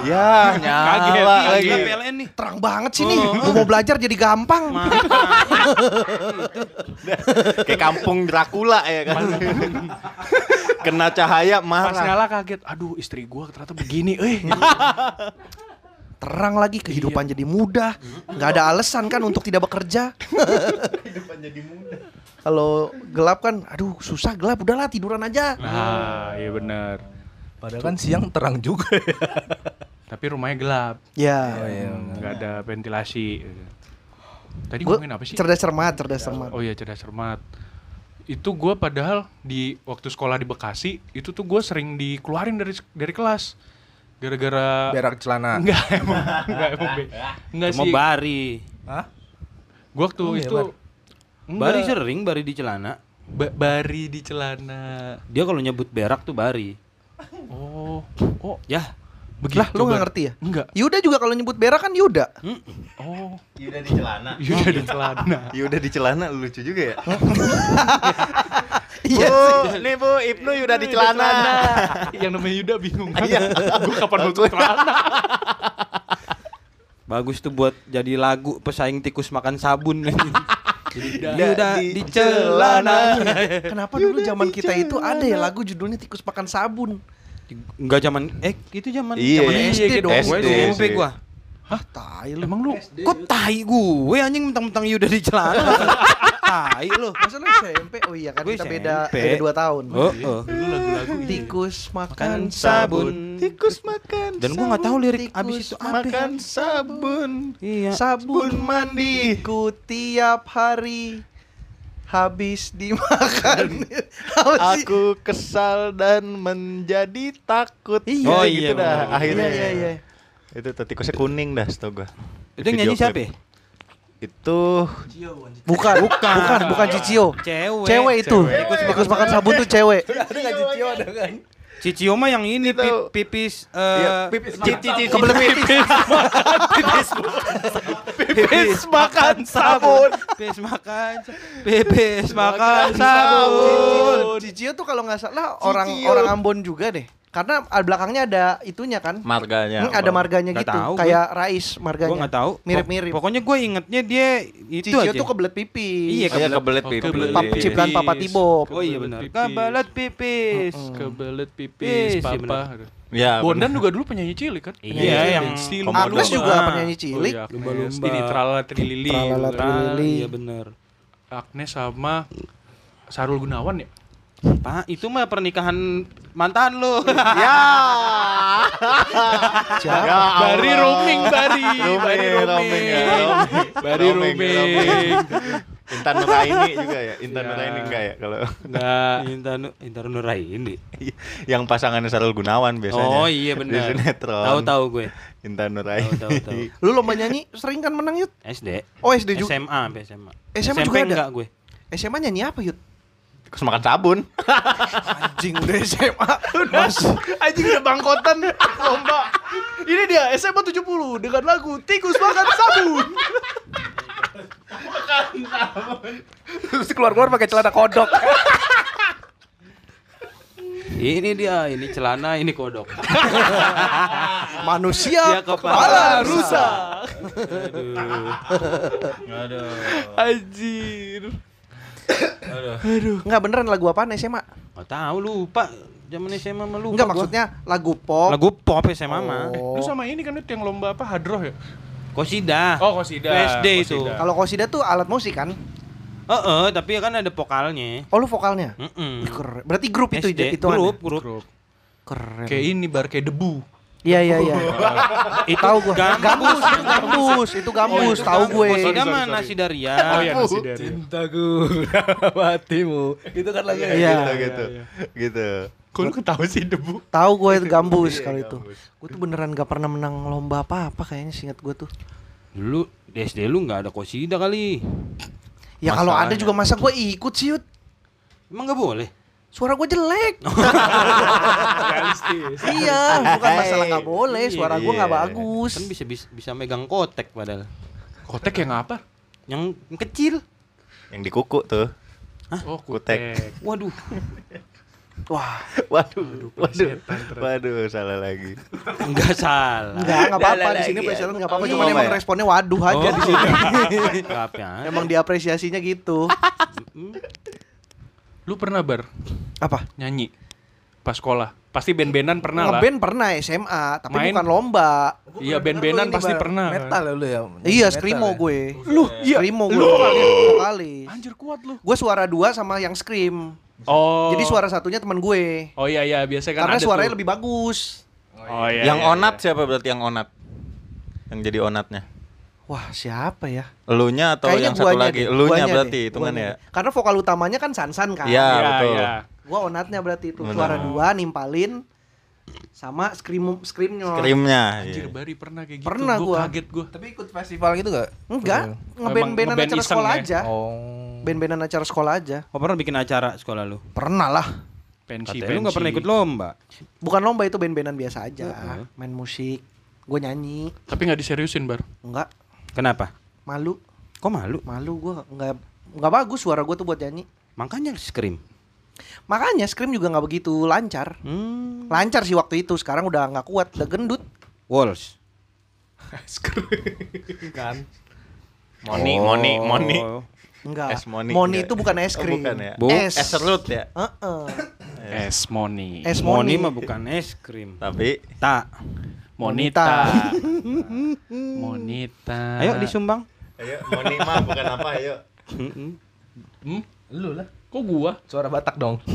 C: Ya,
D: Kaget.
C: nyala
B: Gila,
C: lagi.
B: gila, PLN nih.
A: Terang banget sih nih.
D: Oh.
A: Gua mau belajar jadi gampang.
C: Kayak kampung Dracula ya kan. Kena cahaya
D: Pas
C: marah.
D: nyala kaget. Aduh, istri gue ternyata begini. Eh,
A: Terang lagi kehidupan
D: Iya.
A: jadi mudah. nggak ada alasan kan untuk tidak bekerja.
C: Kehidupan jadi muda.
A: Kalau gelap kan, aduh susah gelap. Udahlah tiduran aja.
D: Nah, iya benar.
E: Padahal kan siang terang juga ya.
D: Tapi rumahnya gelap.
A: Ya.
D: Nggak ada ventilasi. Tadi
A: Gua
D: ngomongin apa sih?
A: cerdas cermat, cerdas cermat.
D: Oh iya cerdas cermat. Itu gue padahal di waktu sekolah di Bekasi itu tuh gue sering dikeluarin dari dari kelas gara-gara
E: Berak celana.
D: enggak emang enggak emang be- enggak
B: Mau
D: sih.
B: bari.
E: Hah?
D: Gue waktu
E: Oh, iya,
D: itu
E: Bar.
D: Enggak.
B: Bari sering bari di celana.
D: Ba- bari di celana.
B: Dia kalau nyebut berak tuh bari.
D: Oh, oh
B: Ya.
D: begitu.
A: Lah, lu nggak
D: Bar.
A: ngerti ya?
D: Enggak.
A: Yuda juga kalau nyebut berak kan Yuda.
D: Oh,
C: Yuda di celana.
D: iya di celana.
C: Yuda di celana lucu juga ya.
A: Iya
D: Oh.
C: Bu, nih Bu, Ibnu Yuda di celana.
D: Yang namanya Yuda bingung.
C: Iya.
D: Gue kapan nutup celana?
B: Bagus tuh buat jadi lagu pesaing tikus makan sabun. Yuda,
C: di celana.
A: Kenapa dulu zaman kita itu ada ya lagu judulnya tikus makan sabun?
B: Enggak zaman eh itu zaman
C: Iya,
B: zaman
A: iya,
B: SD
A: gitu.
B: dong. Gue
C: SD,
B: SMP
C: sih.
B: gua.
A: Hah, Ah, tai lu.
D: Emang lu
B: Kok tai gue anjing mentang-mentang Yuda di celana. tai lu.
A: Masa lu SMP? Oh iya kan
B: Gue
A: kita beda
B: SMP.
A: beda 2 tahun.
B: Oh, oh.
D: dulu lagu-lagu gitu.
A: Tikus makan
B: Makan
A: sabun.
B: sabun.
C: Tikus makan.
B: Dan gua nggak tahu lirik
A: Tikus
B: abis
C: ya?
B: itu apa. ya.
C: makan sabun.
B: Iya.
A: Sabun mandi Ya. ku tiap hari habis dimakan. Apa sih?
C: Aku kesal dan menjadi takut.
A: Iya.
C: Ya,
B: Oh, iya,
C: gitu dah
B: bener.
C: akhirnya.
A: Iya, iya, iya.
C: Itu tadi tikusnya kuning dah setau gua.
B: Itu yang nyanyi siapa? ya?
C: Itu
A: Bukan, bukan, bukan, bukan Cicio.
B: Cewek.
A: Cewek itu.
B: Cewek.
A: Tikus, tikus makan sabun tuh cewek.
E: Ada nggak Cicio ada kan?
B: Cicio mah yang ini
C: Itu.
B: pip- pipis eh
C: pipis cici cici
A: Kebelet pipis.
C: pipis makan sabun.
B: pipis makan pipis makan
C: Makan
B: sabun.
A: Cicio tuh kalau nggak salah orang orang Ambon juga deh. Karena ah, belakangnya ada itunya kan.
C: Marganya.
A: Hmm, ada marganya
B: Nggak
A: gitu,
B: tahu gue.
A: kayak Rais marganya.
B: Gue nggak tahu.
A: Iya, Mirip-mirip.
B: Pokoknya gue ingetnya dia itu
A: Cicio
B: aja.
A: tuh kebelet pipis.
B: Iya,
C: Iya kebelet
D: Oh,
C: pipis.
D: kebelet
A: Pap-
D: pipis.
A: ciptaan Papa Tibo.
B: Oh iya benar.
D: Pipis.
B: Kebelet pipis.
D: Hmm. Kebelet
B: Pis,
D: pipis,
B: iya
D: papa.
C: Ya.
D: Bondan juga dulu penyanyi cilik kan?
B: Iya,
D: Penyanyi cilik.
B: yang
D: Still
C: Komodo.
D: Agnes
C: Agnes
A: juga
D: Ah.
A: penyanyi cilik.
D: Oh, iya, Agnes.
B: Lumba-lumba.
D: Ini Tralala Trilili.
A: Tralala
D: dulu kan.
A: Trilili.
B: Iya benar.
D: Agnes sama Sarul Gunawan ya?
B: Pak, itu mah pernikahan mantan lu.
C: ya. Ya Allah.
D: Bari roaming, Bari.
C: Roaming,
D: Bari
C: roaming, ya, roaming.
D: Bari
C: Roaming,
D: roaming.
C: Intan Nuraini juga ya. Intan
D: Ya.
C: Nuraini enggak ya kalau
D: Nggak.
B: Intan Intan Nuraini.
C: yang pasangannya Sarul Gunawan biasanya.
B: Oh iya
C: Di
B: benar.
C: sinetron.
B: Tahu tahu gue.
C: Intan Nuraini.
B: Tahu tahu tahu.
A: Lu lomba nyanyi sering kan menang yut?
B: SD.
A: Oh SD juga.
B: SMA sampai SMA.
A: SMA juga
B: SMP
A: ada?
B: enggak gue.
A: SMA nyanyi apa yut?
C: Terus makan sabun.
A: Anjing udah SMA Mas Anjing udah bangkotan Lomba Ini dia SMA 70 Dengan lagu Tikus Makan Sabun
E: Terus keluar-keluar pakai celana kodok.
B: Ini dia, ini celana, ini kodok.
A: Manusia
B: Dia kepala
A: Iya, Kepala rusa
D: Anjir.
A: Enggak beneran lagu apaan SMA
B: Enggak tahu lupa zaman SMA mah lupa.
A: Enggak
B: gue.
A: maksudnya Lagu pop Oh.
B: lagu pop SMA mah.
D: Lu sama ini kan itu yang lomba apa hadroh ya?
B: Kosida.
D: Oh, Kosida.
B: SD itu.
D: Kosida.
A: Kalau kosida tuh alat musik kan
B: Heeh, tapi kan ada vokalnya.
A: Oh lu vokalnya
B: Mm-mm.
A: Wih, keren. Berarti grup itu itu
B: SD, grup, grup.
D: Grup.
A: Keren
D: Kayak ini bar kayak debu.
A: Iya iya iya
B: Itu Iya,
A: Tahu gua
B: gam-
A: Gambus itu Gambus Itu Gambus
D: itu
A: Oh, iya, Tahu
D: Gambus.
A: gue
D: Sorry,
B: Kosida
D: sorry,
B: mah
D: sorry.
B: nasi daria.
A: Ah,
D: Oh iya nasi dari.
E: Cintaku dalam hatimu. Itu kan lagi.
A: Iya.
C: gitu gitu. Gitu.
D: Kok lu ketahu sih debu?
A: Tahu gue itu Gambus kalau itu Gue tuh beneran gak pernah menang lomba apa-apa kayaknya singkat gue tuh
B: Dulu di SD lu nggak ada kosida kali.
A: Ya kalau ada juga masa gue ikut sih Yud
B: Emang nggak boleh?
A: Suara gue jelek Iya bukan masalah gak boleh Suara gue gak
C: Iya.
A: bagus
B: Kan bisa bisa, bisa megang kotek padahal.
D: Kotek yang apa?
B: Yang kecil.
C: Yang dikuku tuh.
D: Oh,
C: Kutek.
B: Waduh.
A: Wah
C: Waduh, waduh, waduh, salah lagi.
B: Enggak salah.
A: Enggak, enggak apa-apa di sini presiden enggak apa-apa,
C: Oh,
A: cuman
C: iya.
A: emang responnya waduh aja di sini.
B: Enggak apa
A: Emang diapresiasinya gitu.
D: Lu pernah bar
A: Apa?
D: nyanyi pas sekolah? Pasti band-bandan pernah lah.
A: Ngeband pernah SMA, tapi
D: Main?
A: bukan lomba.
D: Iya, band-bandan pasti pernah. kan?
E: Metal ya lu ya.
A: Iya,
E: Metal
A: screamo
E: ya.
A: gue. Lu, iya. Screamo gue vokalis. vokalis.
D: Anjir kuat lu.
A: Gue suara dua sama yang scream.
D: Oh.
A: Jadi suara satunya teman gue.
D: Oh iya iya, biasa kan
A: Karena
D: ada
A: suaranya
D: tuh.
A: lebih bagus.
D: Oh iya.
C: yang
D: iya,
C: onat siapa berarti yang onat? Yang jadi onatnya?
A: Wah, siapa ya?
C: Elunya atau yang satu
A: guanya
C: lagi?
A: deh,
C: Elunya
A: guanya
C: berarti
A: deh,
C: hitungan
A: guanya
C: ya.
A: deh. Karena vokal utamanya kan Sansan kan.
C: Iya,
D: Iya,
C: betul.
D: iya.
A: Gua onatnya berarti itu
C: Benar.
A: suara dua nimpalin sama scream screamnya.
C: Krimnya.
D: Anjir
C: iya.
D: Bari pernah kayak gitu.
A: Pernah
D: Gua
A: gua.
D: Kaget gua.
E: Tapi ikut festival gitu gak?
A: Enggak, ngeband-bandan
D: Iya. ngeband
A: acara
D: iseng
A: sekolah
D: ya?
A: aja.
E: Oh.
A: Band-bandan acara sekolah aja.
B: Oh, pernah bikin acara sekolah lu?
A: Pernah lah.
D: Pensi
B: Katanya lu nggak pernah ikut lomba.
A: Bukan lomba itu band-bandan biasa aja.
B: Heeh.
A: Main musik, gue nyanyi.
D: Tapi nggak diseriusin bar.
A: Enggak,
B: Kenapa?
A: malu.
B: Kok malu?
A: Malu gua enggak enggak bagus suara gue tuh buat nyanyi.
B: Makanya scream.
A: Makanya scream juga nggak begitu lancar.
B: Hmm.
A: Lancar sih waktu itu, sekarang udah nggak kuat, udah gendut.
B: Walls.
C: Moni, Moni, Moni.
B: Oh.
A: Enggak.
C: Es Moni.
A: Moni
C: Enggak.
A: itu bukan es
C: Oh,
A: krim.
C: bukan ya.
B: Bu.
A: Es.
C: Es serut ya.
A: Heeh.
D: Es Moni.
A: Es Moni.
B: Moni mah bukan es krim.
C: Tapi
B: Tak.
D: Monita. Monita.
B: Ayo disumbang.
C: ayo Moni mah bukan apa ayo.
D: Hmm?
E: Lu lah.
D: Kok gua?
E: Suara Batak dong.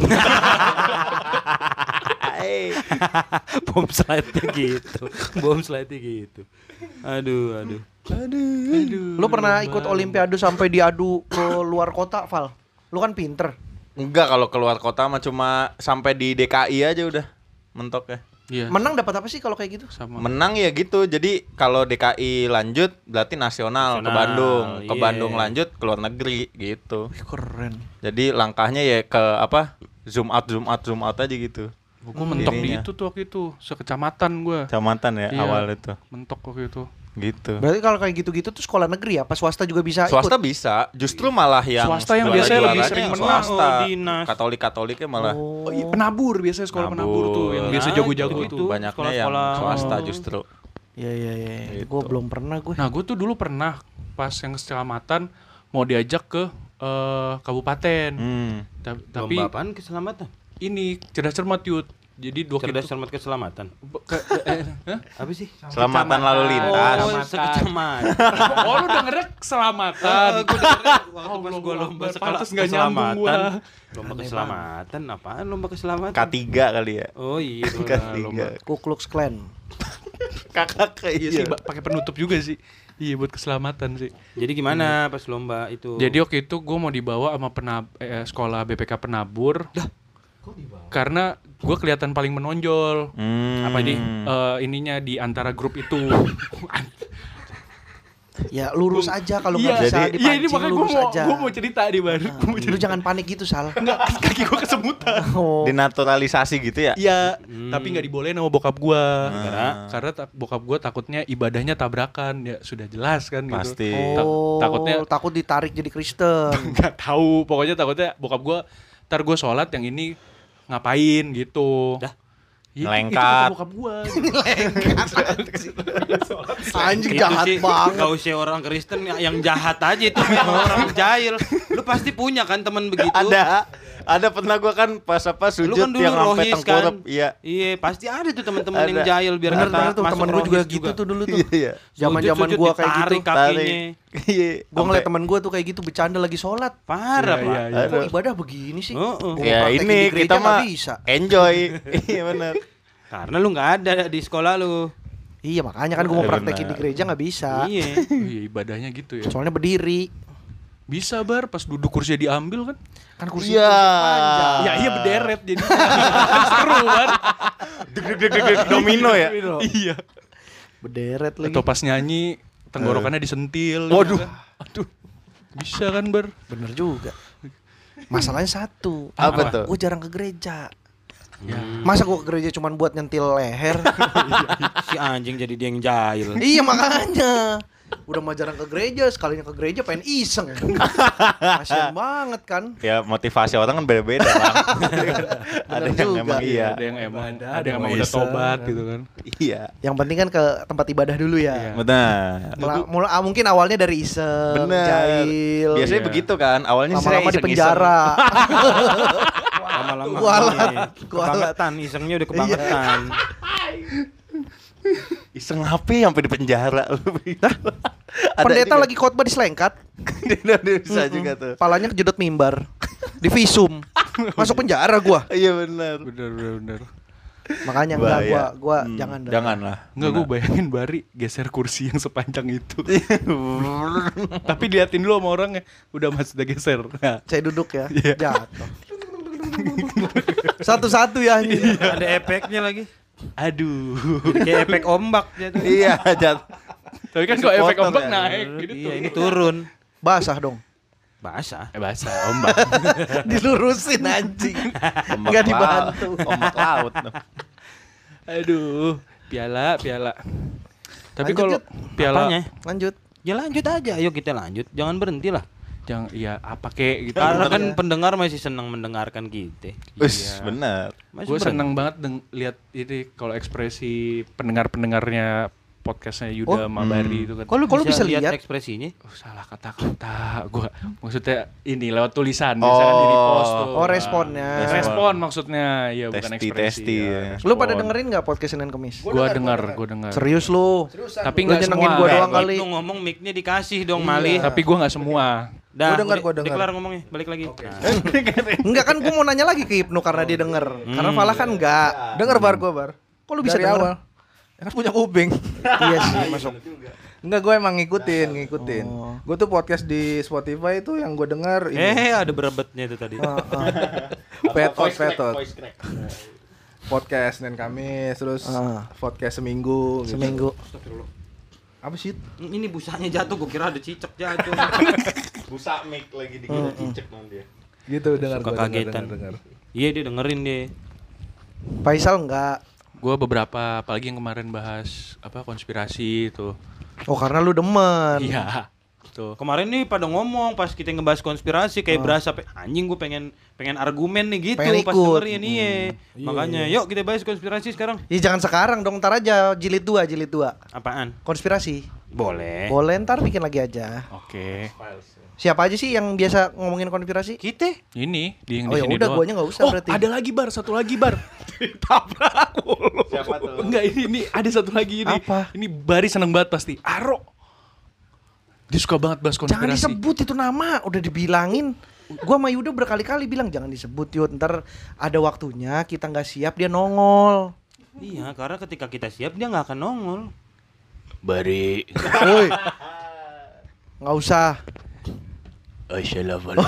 B: bom slide gitu. bom slide gitu. Aduh, aduh.
A: Lu pernah ikut olimpiade sampai diadu ke luar kota, Val? Lu kan pinter.
C: Enggak kalau keluar kota mah cuma sampai di DKI aja udah mentok ya.
D: Iya.
A: Menang dapat apa sih kalau kayak gitu?
D: Sama.
C: Menang ya gitu. Jadi kalau DKI lanjut berarti nasional, ke
B: Nasional,
C: Bandung, ke
B: iya.
C: Bandung lanjut ke luar negeri gitu.
A: Ih, Keren.
C: Jadi langkahnya ya ke apa? Zoom out, zoom out, zoom out aja gitu.
D: Gua mentok di
C: Dirinya.
D: itu tuh waktu itu sekecamatan gua.
C: Kecamatan ya
D: Iya.
C: awal itu.
D: Mentok waktu itu.
C: Gitu.
A: Berarti kalau kayak gitu-gitu tuh sekolah negeri ya? apa swasta juga bisa
C: Swasta
A: ikut?
C: bisa, justru malah yang
D: Swasta yang
C: juara-
D: biasanya lebih
C: juaranya
D: sering
C: yang
D: menang.
C: Swasta,
B: Oh, dinas.
C: Katolik Katoliknya malah Ah,
D: Oh, iya, penabur biasanya sekolah penabur, tuh yang biasa
B: Nah,
D: jago-jago
B: itu.
D: tuh.
C: gitu. banyaknya yang
B: sekolah-sekolah.
C: swasta
B: Oh.
C: justru.
A: Iya iya iya. Gue belum pernah gue.
D: Nah, gue tuh dulu pernah pas yang kecamatan mau diajak ke eh, kabupaten.
C: Hmm.
D: Ta- tapi
B: Tapi apaan keselamatan?
D: ini cerdas cermat yud. Jadi dua eh,
B: Cerdas cermat keselamatan. Apa sih?
C: Selamatan lalu lintas.
B: Oh, sekecamatan.
D: Oh lu dengernya keselamatan.
B: Waktu pas
D: Allah,
B: gua lomba
D: Akbar.
B: sekolah
D: Pantes nggak nyambung gua.
B: Lomba keselamatan apaan lomba keselamatan?
C: K3 kali ya.
B: Oh iya.
C: K3.
A: Ku Klux Klan.
C: Kakak
D: Iya
C: kayak
D: sih, ba- pakai penutup juga sih. Iya buat keselamatan sih.
B: Jadi gimana pas lomba itu?
D: Jadi waktu itu gue mau dibawa sama penab eh, sekolah BPK penabur. Karena gue kelihatan paling menonjol.
C: Hmm.
D: Apa ini? Eh, ininya di antara grup itu.
A: Ya lurus aja kalau
D: Iya,
A: nggak bisa
C: jadi-
A: dipancing
D: Iya ini makanya gue
A: lurus
D: mau
A: aja.
D: gue mau cerita di baru. Gua mau
A: Lu jangan panik gitu Sal. Enggak.
D: cerita. Kaki gue kesemutan.
A: Oh.
C: Dinaturalisasi gitu ya.
D: Iya, tapi nggak dibolehin sama bokap gua.
B: Karena?
D: Karena ta- bokap gua takutnya ibadahnya tabrakan, ya sudah jelas kan gitu.
C: Pasti.
D: Ta-
A: Oh,
D: takutnya
A: takut ditarik jadi Kristen.
D: nggak tahu, pokoknya takutnya bokap gua ntar gua sholat yang ini ngapain gitu.
B: Dah.
D: Ya, itu-
C: Lengkap.
D: Itu, kata bokap gua.
A: Anjing jahat banget.
B: Gak usah orang Kristen ya- yang jahat aja itu memang orang jahil. Lu pasti punya kan teman begitu.
C: Ada ada pernah gua kan pas apa
B: Lu
C: sujud
B: kan dulu
C: yang sampai
B: rohis kan.
C: tengkurap. Iya.
B: Iya, pasti ada tuh teman-teman yang
C: Ada.
B: jahil biar
A: Bener
B: kata
A: bener tuh
B: masuk
A: temen gue juga
B: rohis
A: gitu tuh dulu tuh.
C: Iya iya.
A: Zaman-zaman
B: Sujud-sujud
A: gua kayak gitu.
B: ditarik kakinya.
C: Tarik. Iya.
A: Gue ngeliat
C: sampai-
A: temen gue tuh kayak gitu bercanda lagi sholat.
B: Parah, Pak.
D: Iya,
A: Kok ibadah begini sih?
B: Heeh.
A: Gua mau
C: Ya
A: praktekin di
C: ini
A: gereja
C: kita
A: nggak
C: mah
A: bisa.
C: enjoy. Iya benar.
B: Karena lu nggak ada di sekolah lu.
A: Iya makanya kan gue mau
C: Bener.
A: praktekin di gereja nggak bisa.
B: Iya.
D: Iya, ibadahnya gitu ya.
A: Soalnya berdiri.
D: Bisa bar pas duduk kursinya diambil kan.
A: Kan kursi
C: Iya.
A: panjang.
D: Ya iya berderet jadi seru kan.
C: Deg deg deg deg domino ya.
D: Iya.
A: Berderet lagi.
D: Atau pas nyanyi tenggorokannya disentil.
C: Waduh.
D: gitu kan. Aduh. Bisa kan bar.
A: Bener juga. Masalahnya satu.
C: Apa tuh?
A: Gue jarang ke gereja.
B: Ya.
A: Masa gue ke gereja cuman buat nyentil leher?
B: Si anjing jadi dia yang jahil.
A: iya makanya. Udah mah jarang ke gereja, sekalinya ke gereja pengen iseng. Kasian banget kan.
C: Ya motivasi orang kan beda-beda Bang. Ada yang
A: juga.
C: memang iya.
D: Ada yang emang ada yang
E: yang
D: emang
E: mau
D: udah
E: iseng.
D: tobat gitu kan.
C: Iya.
A: Yang penting kan ke tempat ibadah dulu ya.
B: Iya.
C: Benar.
A: Mula, mula- ah, mungkin awalnya dari iseng,
C: Benar.
A: jahil.
C: Biasanya
D: Iya.
C: begitu kan. Awalnya saya
A: lama-lama di
C: iseng-iseng.
A: penjara.
B: Lama-lama
A: Kualat, Iya.
B: iya.
A: kualat.
B: kebangetan, isengnya udah kebangetan.
C: Iseng HP sampai di penjara lu. Ada
A: Pendeta
C: juga.
A: lagi khotbah di selengkat,
C: Dia bisa juga tuh.
A: palanya kejedot mimbar. Di visum. Masuk penjara gua.
C: Iya benar.
D: Bener bener bener.
A: Makanya enggak
C: Bahaya.
A: gua gua
C: Hmm,
A: jangan dah.
C: Jangan lah.
D: Enggak gue bayangin Bari geser kursi yang sepanjang itu. Tapi diliatin dulu sama orangnya udah mas udah geser. Nah,
A: Saya duduk ya. Jatuh. Satu-satu ya anjing.
E: Iya.
B: Ada efeknya lagi.
D: Aduh.
B: Jadi kayak efek ombak dia tuh.
C: Iya, jat.
D: Tapi kan kalau efek ombak
C: Supporter ya.
D: naik gitu
B: Iya,
D: tuh.
B: ini turun.
A: Basah dong.
B: Basah.
D: Eh bahasa ombak.
A: Dilurusin anjing.
C: Ombak
A: Enggak
C: laut.
A: dibantu.
C: Ombak laut.
D: Aduh. Piala piala. Tapi
A: Lanjut,
D: kalau
A: Jut.
D: piala
B: Apanya?
A: Lanjut.
B: Ya lanjut aja, ayo kita lanjut. Jangan berhenti lah.
D: jangan iya apa kek gitu.
B: Karena kan pendengar masih senang mendengarkan kita.
C: Us, benar.
B: Masih
D: Gue
B: berhenti.
D: seneng banget deng lihat ini kalau ekspresi pendengar-pendengarnya podcastnya
A: Oh.
D: Yuda Mabari itu kan.
A: Kok lu, kok lu bisa lihat?
B: ekspresinya?
D: Oh, salah kata-kata gue maksudnya ini lewat tulisan biasanya di repost tuh
A: Oh, responnya.
D: Nah, respon maksudnya ya bukan
C: Testi,
D: ekspresi iya.
C: testi, ya.
A: Lu pada dengerin nggak podcast Senin Kemis?
D: gue denger gue denger
A: Serius lu.
D: tapi
A: Lu
D: nggak
A: nyenengin
D: semua
A: gua
B: Eh,
A: doang
B: gua
A: kali.
B: Itu ngomong mic-nya dikasih dong, Mali.
D: tapi gue nggak semua
B: Dah,
E: Gua
B: udah,
E: dengar, gua dengar.
B: udah kelar ngomongnya, balik lagi. Nah,
A: Enggak kan gue mau nanya lagi ke Ibnu karena dia denger. Karena Falah kan enggak.
E: Dengar bar gua bar.
A: Kok lu bisa
E: Dari
A: denger?
E: awal. Ya kan punya kuping.
A: Iya sih masuk.
E: Enggak gue emang ngikutin, ngikutin. Gue tuh podcast di Spotify itu yang gue denger ini.
B: eh, ada berebetnya itu tadi.
E: Petot, petot. Podcast Senin Kamis, terus
A: Ah.
E: podcast seminggu. gitu.
A: Seminggu.
E: Apa sih?
B: Mm, Ini busanya jatuh, gua kira ada cicak jatuh.
C: Busa mic lagi dikira cicek nanti dia.
E: Gitu dengar
B: Suka
E: gua, dengar,
B: kagetan.
E: dengar, dengar.
B: Iya, dia dengerin deh.
A: Faisal enggak.
D: gue beberapa apalagi yang kemarin bahas apa konspirasi itu
A: Oh karena lu demen.
D: iya tuh
B: Kemarin nih pada ngomong pas kita ngebahas konspirasi kayak berasa pe- anjing gue pengen pengen argumen nih gitu
A: Pengen
B: pas
A: ikut.
B: dengerin iya. Makanya yuk kita bahas konspirasi sekarang.
A: Ya jangan sekarang dong, ntar aja jilid 2, jilid 2.
B: Apaan?
A: Konspirasi.
D: Eh.
B: Boleh.
A: Boleh ntar bikin lagi aja.
D: oke
A: Siapa aja sih yang biasa ngomongin konspirasi?
B: Kita
D: ini di yang
A: Oh
D: di
A: ya
D: sini
A: udah,
D: doang
A: guanya nggak usah
D: oh
A: berarti.
D: ada lagi bar satu lagi bar Tabrak mulu.
C: Siapa tuh?
D: Enggak ini ini ada satu lagi ini.
A: Apa?
D: Ini Bari seneng banget pasti. Aro. Dia suka banget bahas
A: Jangan
D: konspirasi.
A: disebut itu nama, udah dibilangin. Gua sama Yuda berkali-kali bilang jangan disebut Yud, ntar ada waktunya kita nggak siap dia nongol.
B: Iya, karena ketika kita siap dia nggak akan nongol.
F: Bari,
A: Woi. Nggak usah.
F: assalamualaikum.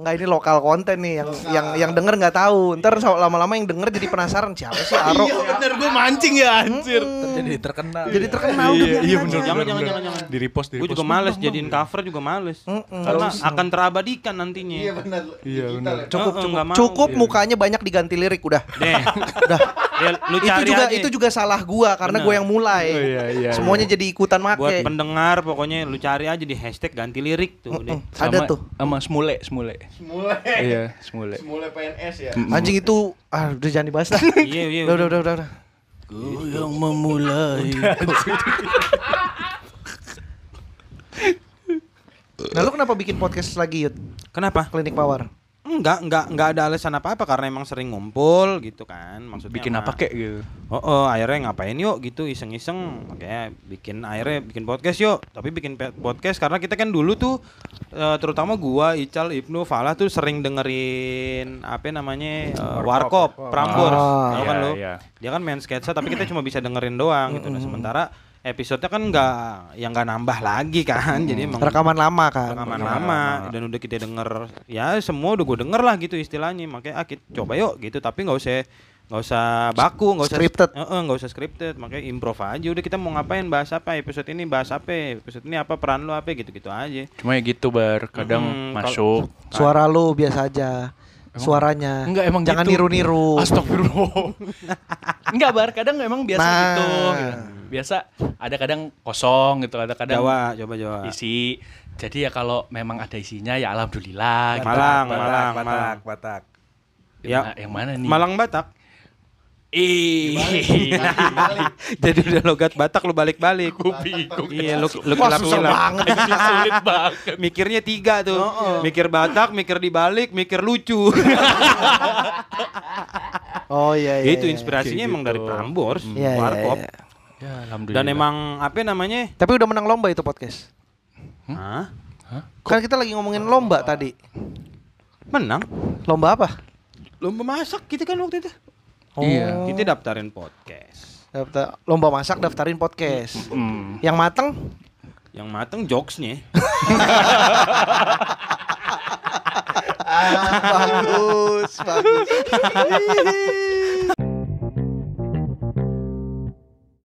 A: Nggak ini lokal konten nih yang yang yang denger nggak tahu. Ntar so- lama-lama yang denger jadi penasaran siapa sih Aro.
D: bener gue mancing ya anjir.
E: Jadi terkenal.
A: jadi terkenal udah
D: Iya,
A: biarin
D: iya
A: aja.
D: bener.
B: Jangan, jangan,
D: bener.
B: jangan, jangan.
D: Di repost, di
B: Gue juga
D: repost.
B: males jadiin cover juga males.
A: Mm-mm.
B: Karena akan terabadikan nantinya. Iya benar.
D: Iya benar.
B: Cukup, cukup,
A: Cukup
D: Iya.
A: Iya. mukanya banyak diganti lirik udah.
B: Deh,
A: Udah.
B: Deh, lu
A: itu
B: cari
A: juga
B: aja.
A: itu juga salah gua karena
B: Bener.
A: gua yang mulai.
D: Oh, iya, iya,
A: Semuanya jadi ikutan make.
B: Buat pendengar pokoknya lu cari aja di hashtag ganti lirik tuh
A: Mm-mm. Oh,
B: deh.
A: Ada
D: Sama-
A: tuh.
D: Sama Smule, Smule.
C: Mulai
D: Iya, Smule.
C: mulai PNS ya.
A: Anjing itu ah udah jangan dibahas lah.
B: Iya, iya,
A: Udah,
B: udah.
A: udah, udah, udah, udah.
F: Ku yang memulai.
A: Nah, lu kenapa bikin podcast lagi, Yud?
B: Kenapa?
A: Klinik Mawar.
B: Enggak, enggak, enggak ada alasan apa-apa karena emang sering ngumpul gitu kan. Maksudnya
D: Bikin
B: sama-
D: apa kek gitu.
B: Oh, oh, akhirnya ngapain yuk gitu iseng-iseng kayak bikin akhirnya bikin podcast yuk. Tapi bikin pe- podcast karena kita kan dulu tuh eh, terutama gua, Ical, Ibnu, Falah tuh sering dengerin apa namanya eh, Warkop, Prambors,
A: Ah.
B: Tahu kan
D: Iya,
B: lu?
D: iya.
B: Dia kan main sketsa tapi kita cuma bisa dengerin doang gitu. Nah, sementara episodenya kan enggak yang enggak nambah lagi kan. Jadi emang
A: Rekaman lama kan.
B: rekaman lama dan udah kita denger ya semua udah gue denger lah gitu istilahnya makanya ah, kita coba yuk gitu tapi nggak usah nggak usah baku nggak usah
A: Scripted.
B: Eh, eh, nggak usah scripted makanya improv aja udah kita mau ngapain bahas apa episode ini bahas apa episode ini apa peran lu apa gitu gitu aja
D: Cuma ya gitu bar,
A: Hmm,
D: kadang
B: Mm,
D: masuk.
A: Suara lu biasa aja. Suaranya.
D: Enggak emang
A: jangan
D: gitu.
A: niru-niru.
D: Astagfirullah. Enggak bar, kadang emang biasa
A: Nah.
D: gitu, gitu. Biasa ada kadang kosong gitu, ada kadang
B: Jawa coba Jawa
D: isi. Jadi ya kalau memang ada isinya ya alhamdulillah. gitu.
B: Malang
E: Batak,
B: Malang
E: Batak,
B: Malang
E: Batak.
B: ya
D: Nah, yang mana nih?
B: Malang Batak
D: Ih.
B: jadi udah logat Batak lu balik balik iya lu lu
A: Wah, susah
B: kilap-kilap.
A: banget.
D: Sulit banget.
B: mikirnya tiga tuh mikir Batak mikir dibalik mikir lucu
A: Iya, Oh iya iya.
B: Ya, itu
A: iya.
B: inspirasinya
D: Kayak
B: emang
D: gitu.
B: dari Prambors,
A: Iya, iya,
B: Warkop.
A: iya.
D: Ya, alhamdulillah.
B: Dan emang apa namanya?
A: Tapi udah menang lomba itu podcast.
B: Hah?
A: Kan kita lagi ngomongin lomba tadi.
B: Menang.
A: Lomba apa?
B: Lomba masak kita kan waktu itu.
D: Iya.
B: Kita daftarin podcast.
A: Daftar- Oh, lomba masak daftarin podcast.
D: Hmm.
A: Yang mateng
B: Yang mateng jokesnya.
A: bagus, bagus.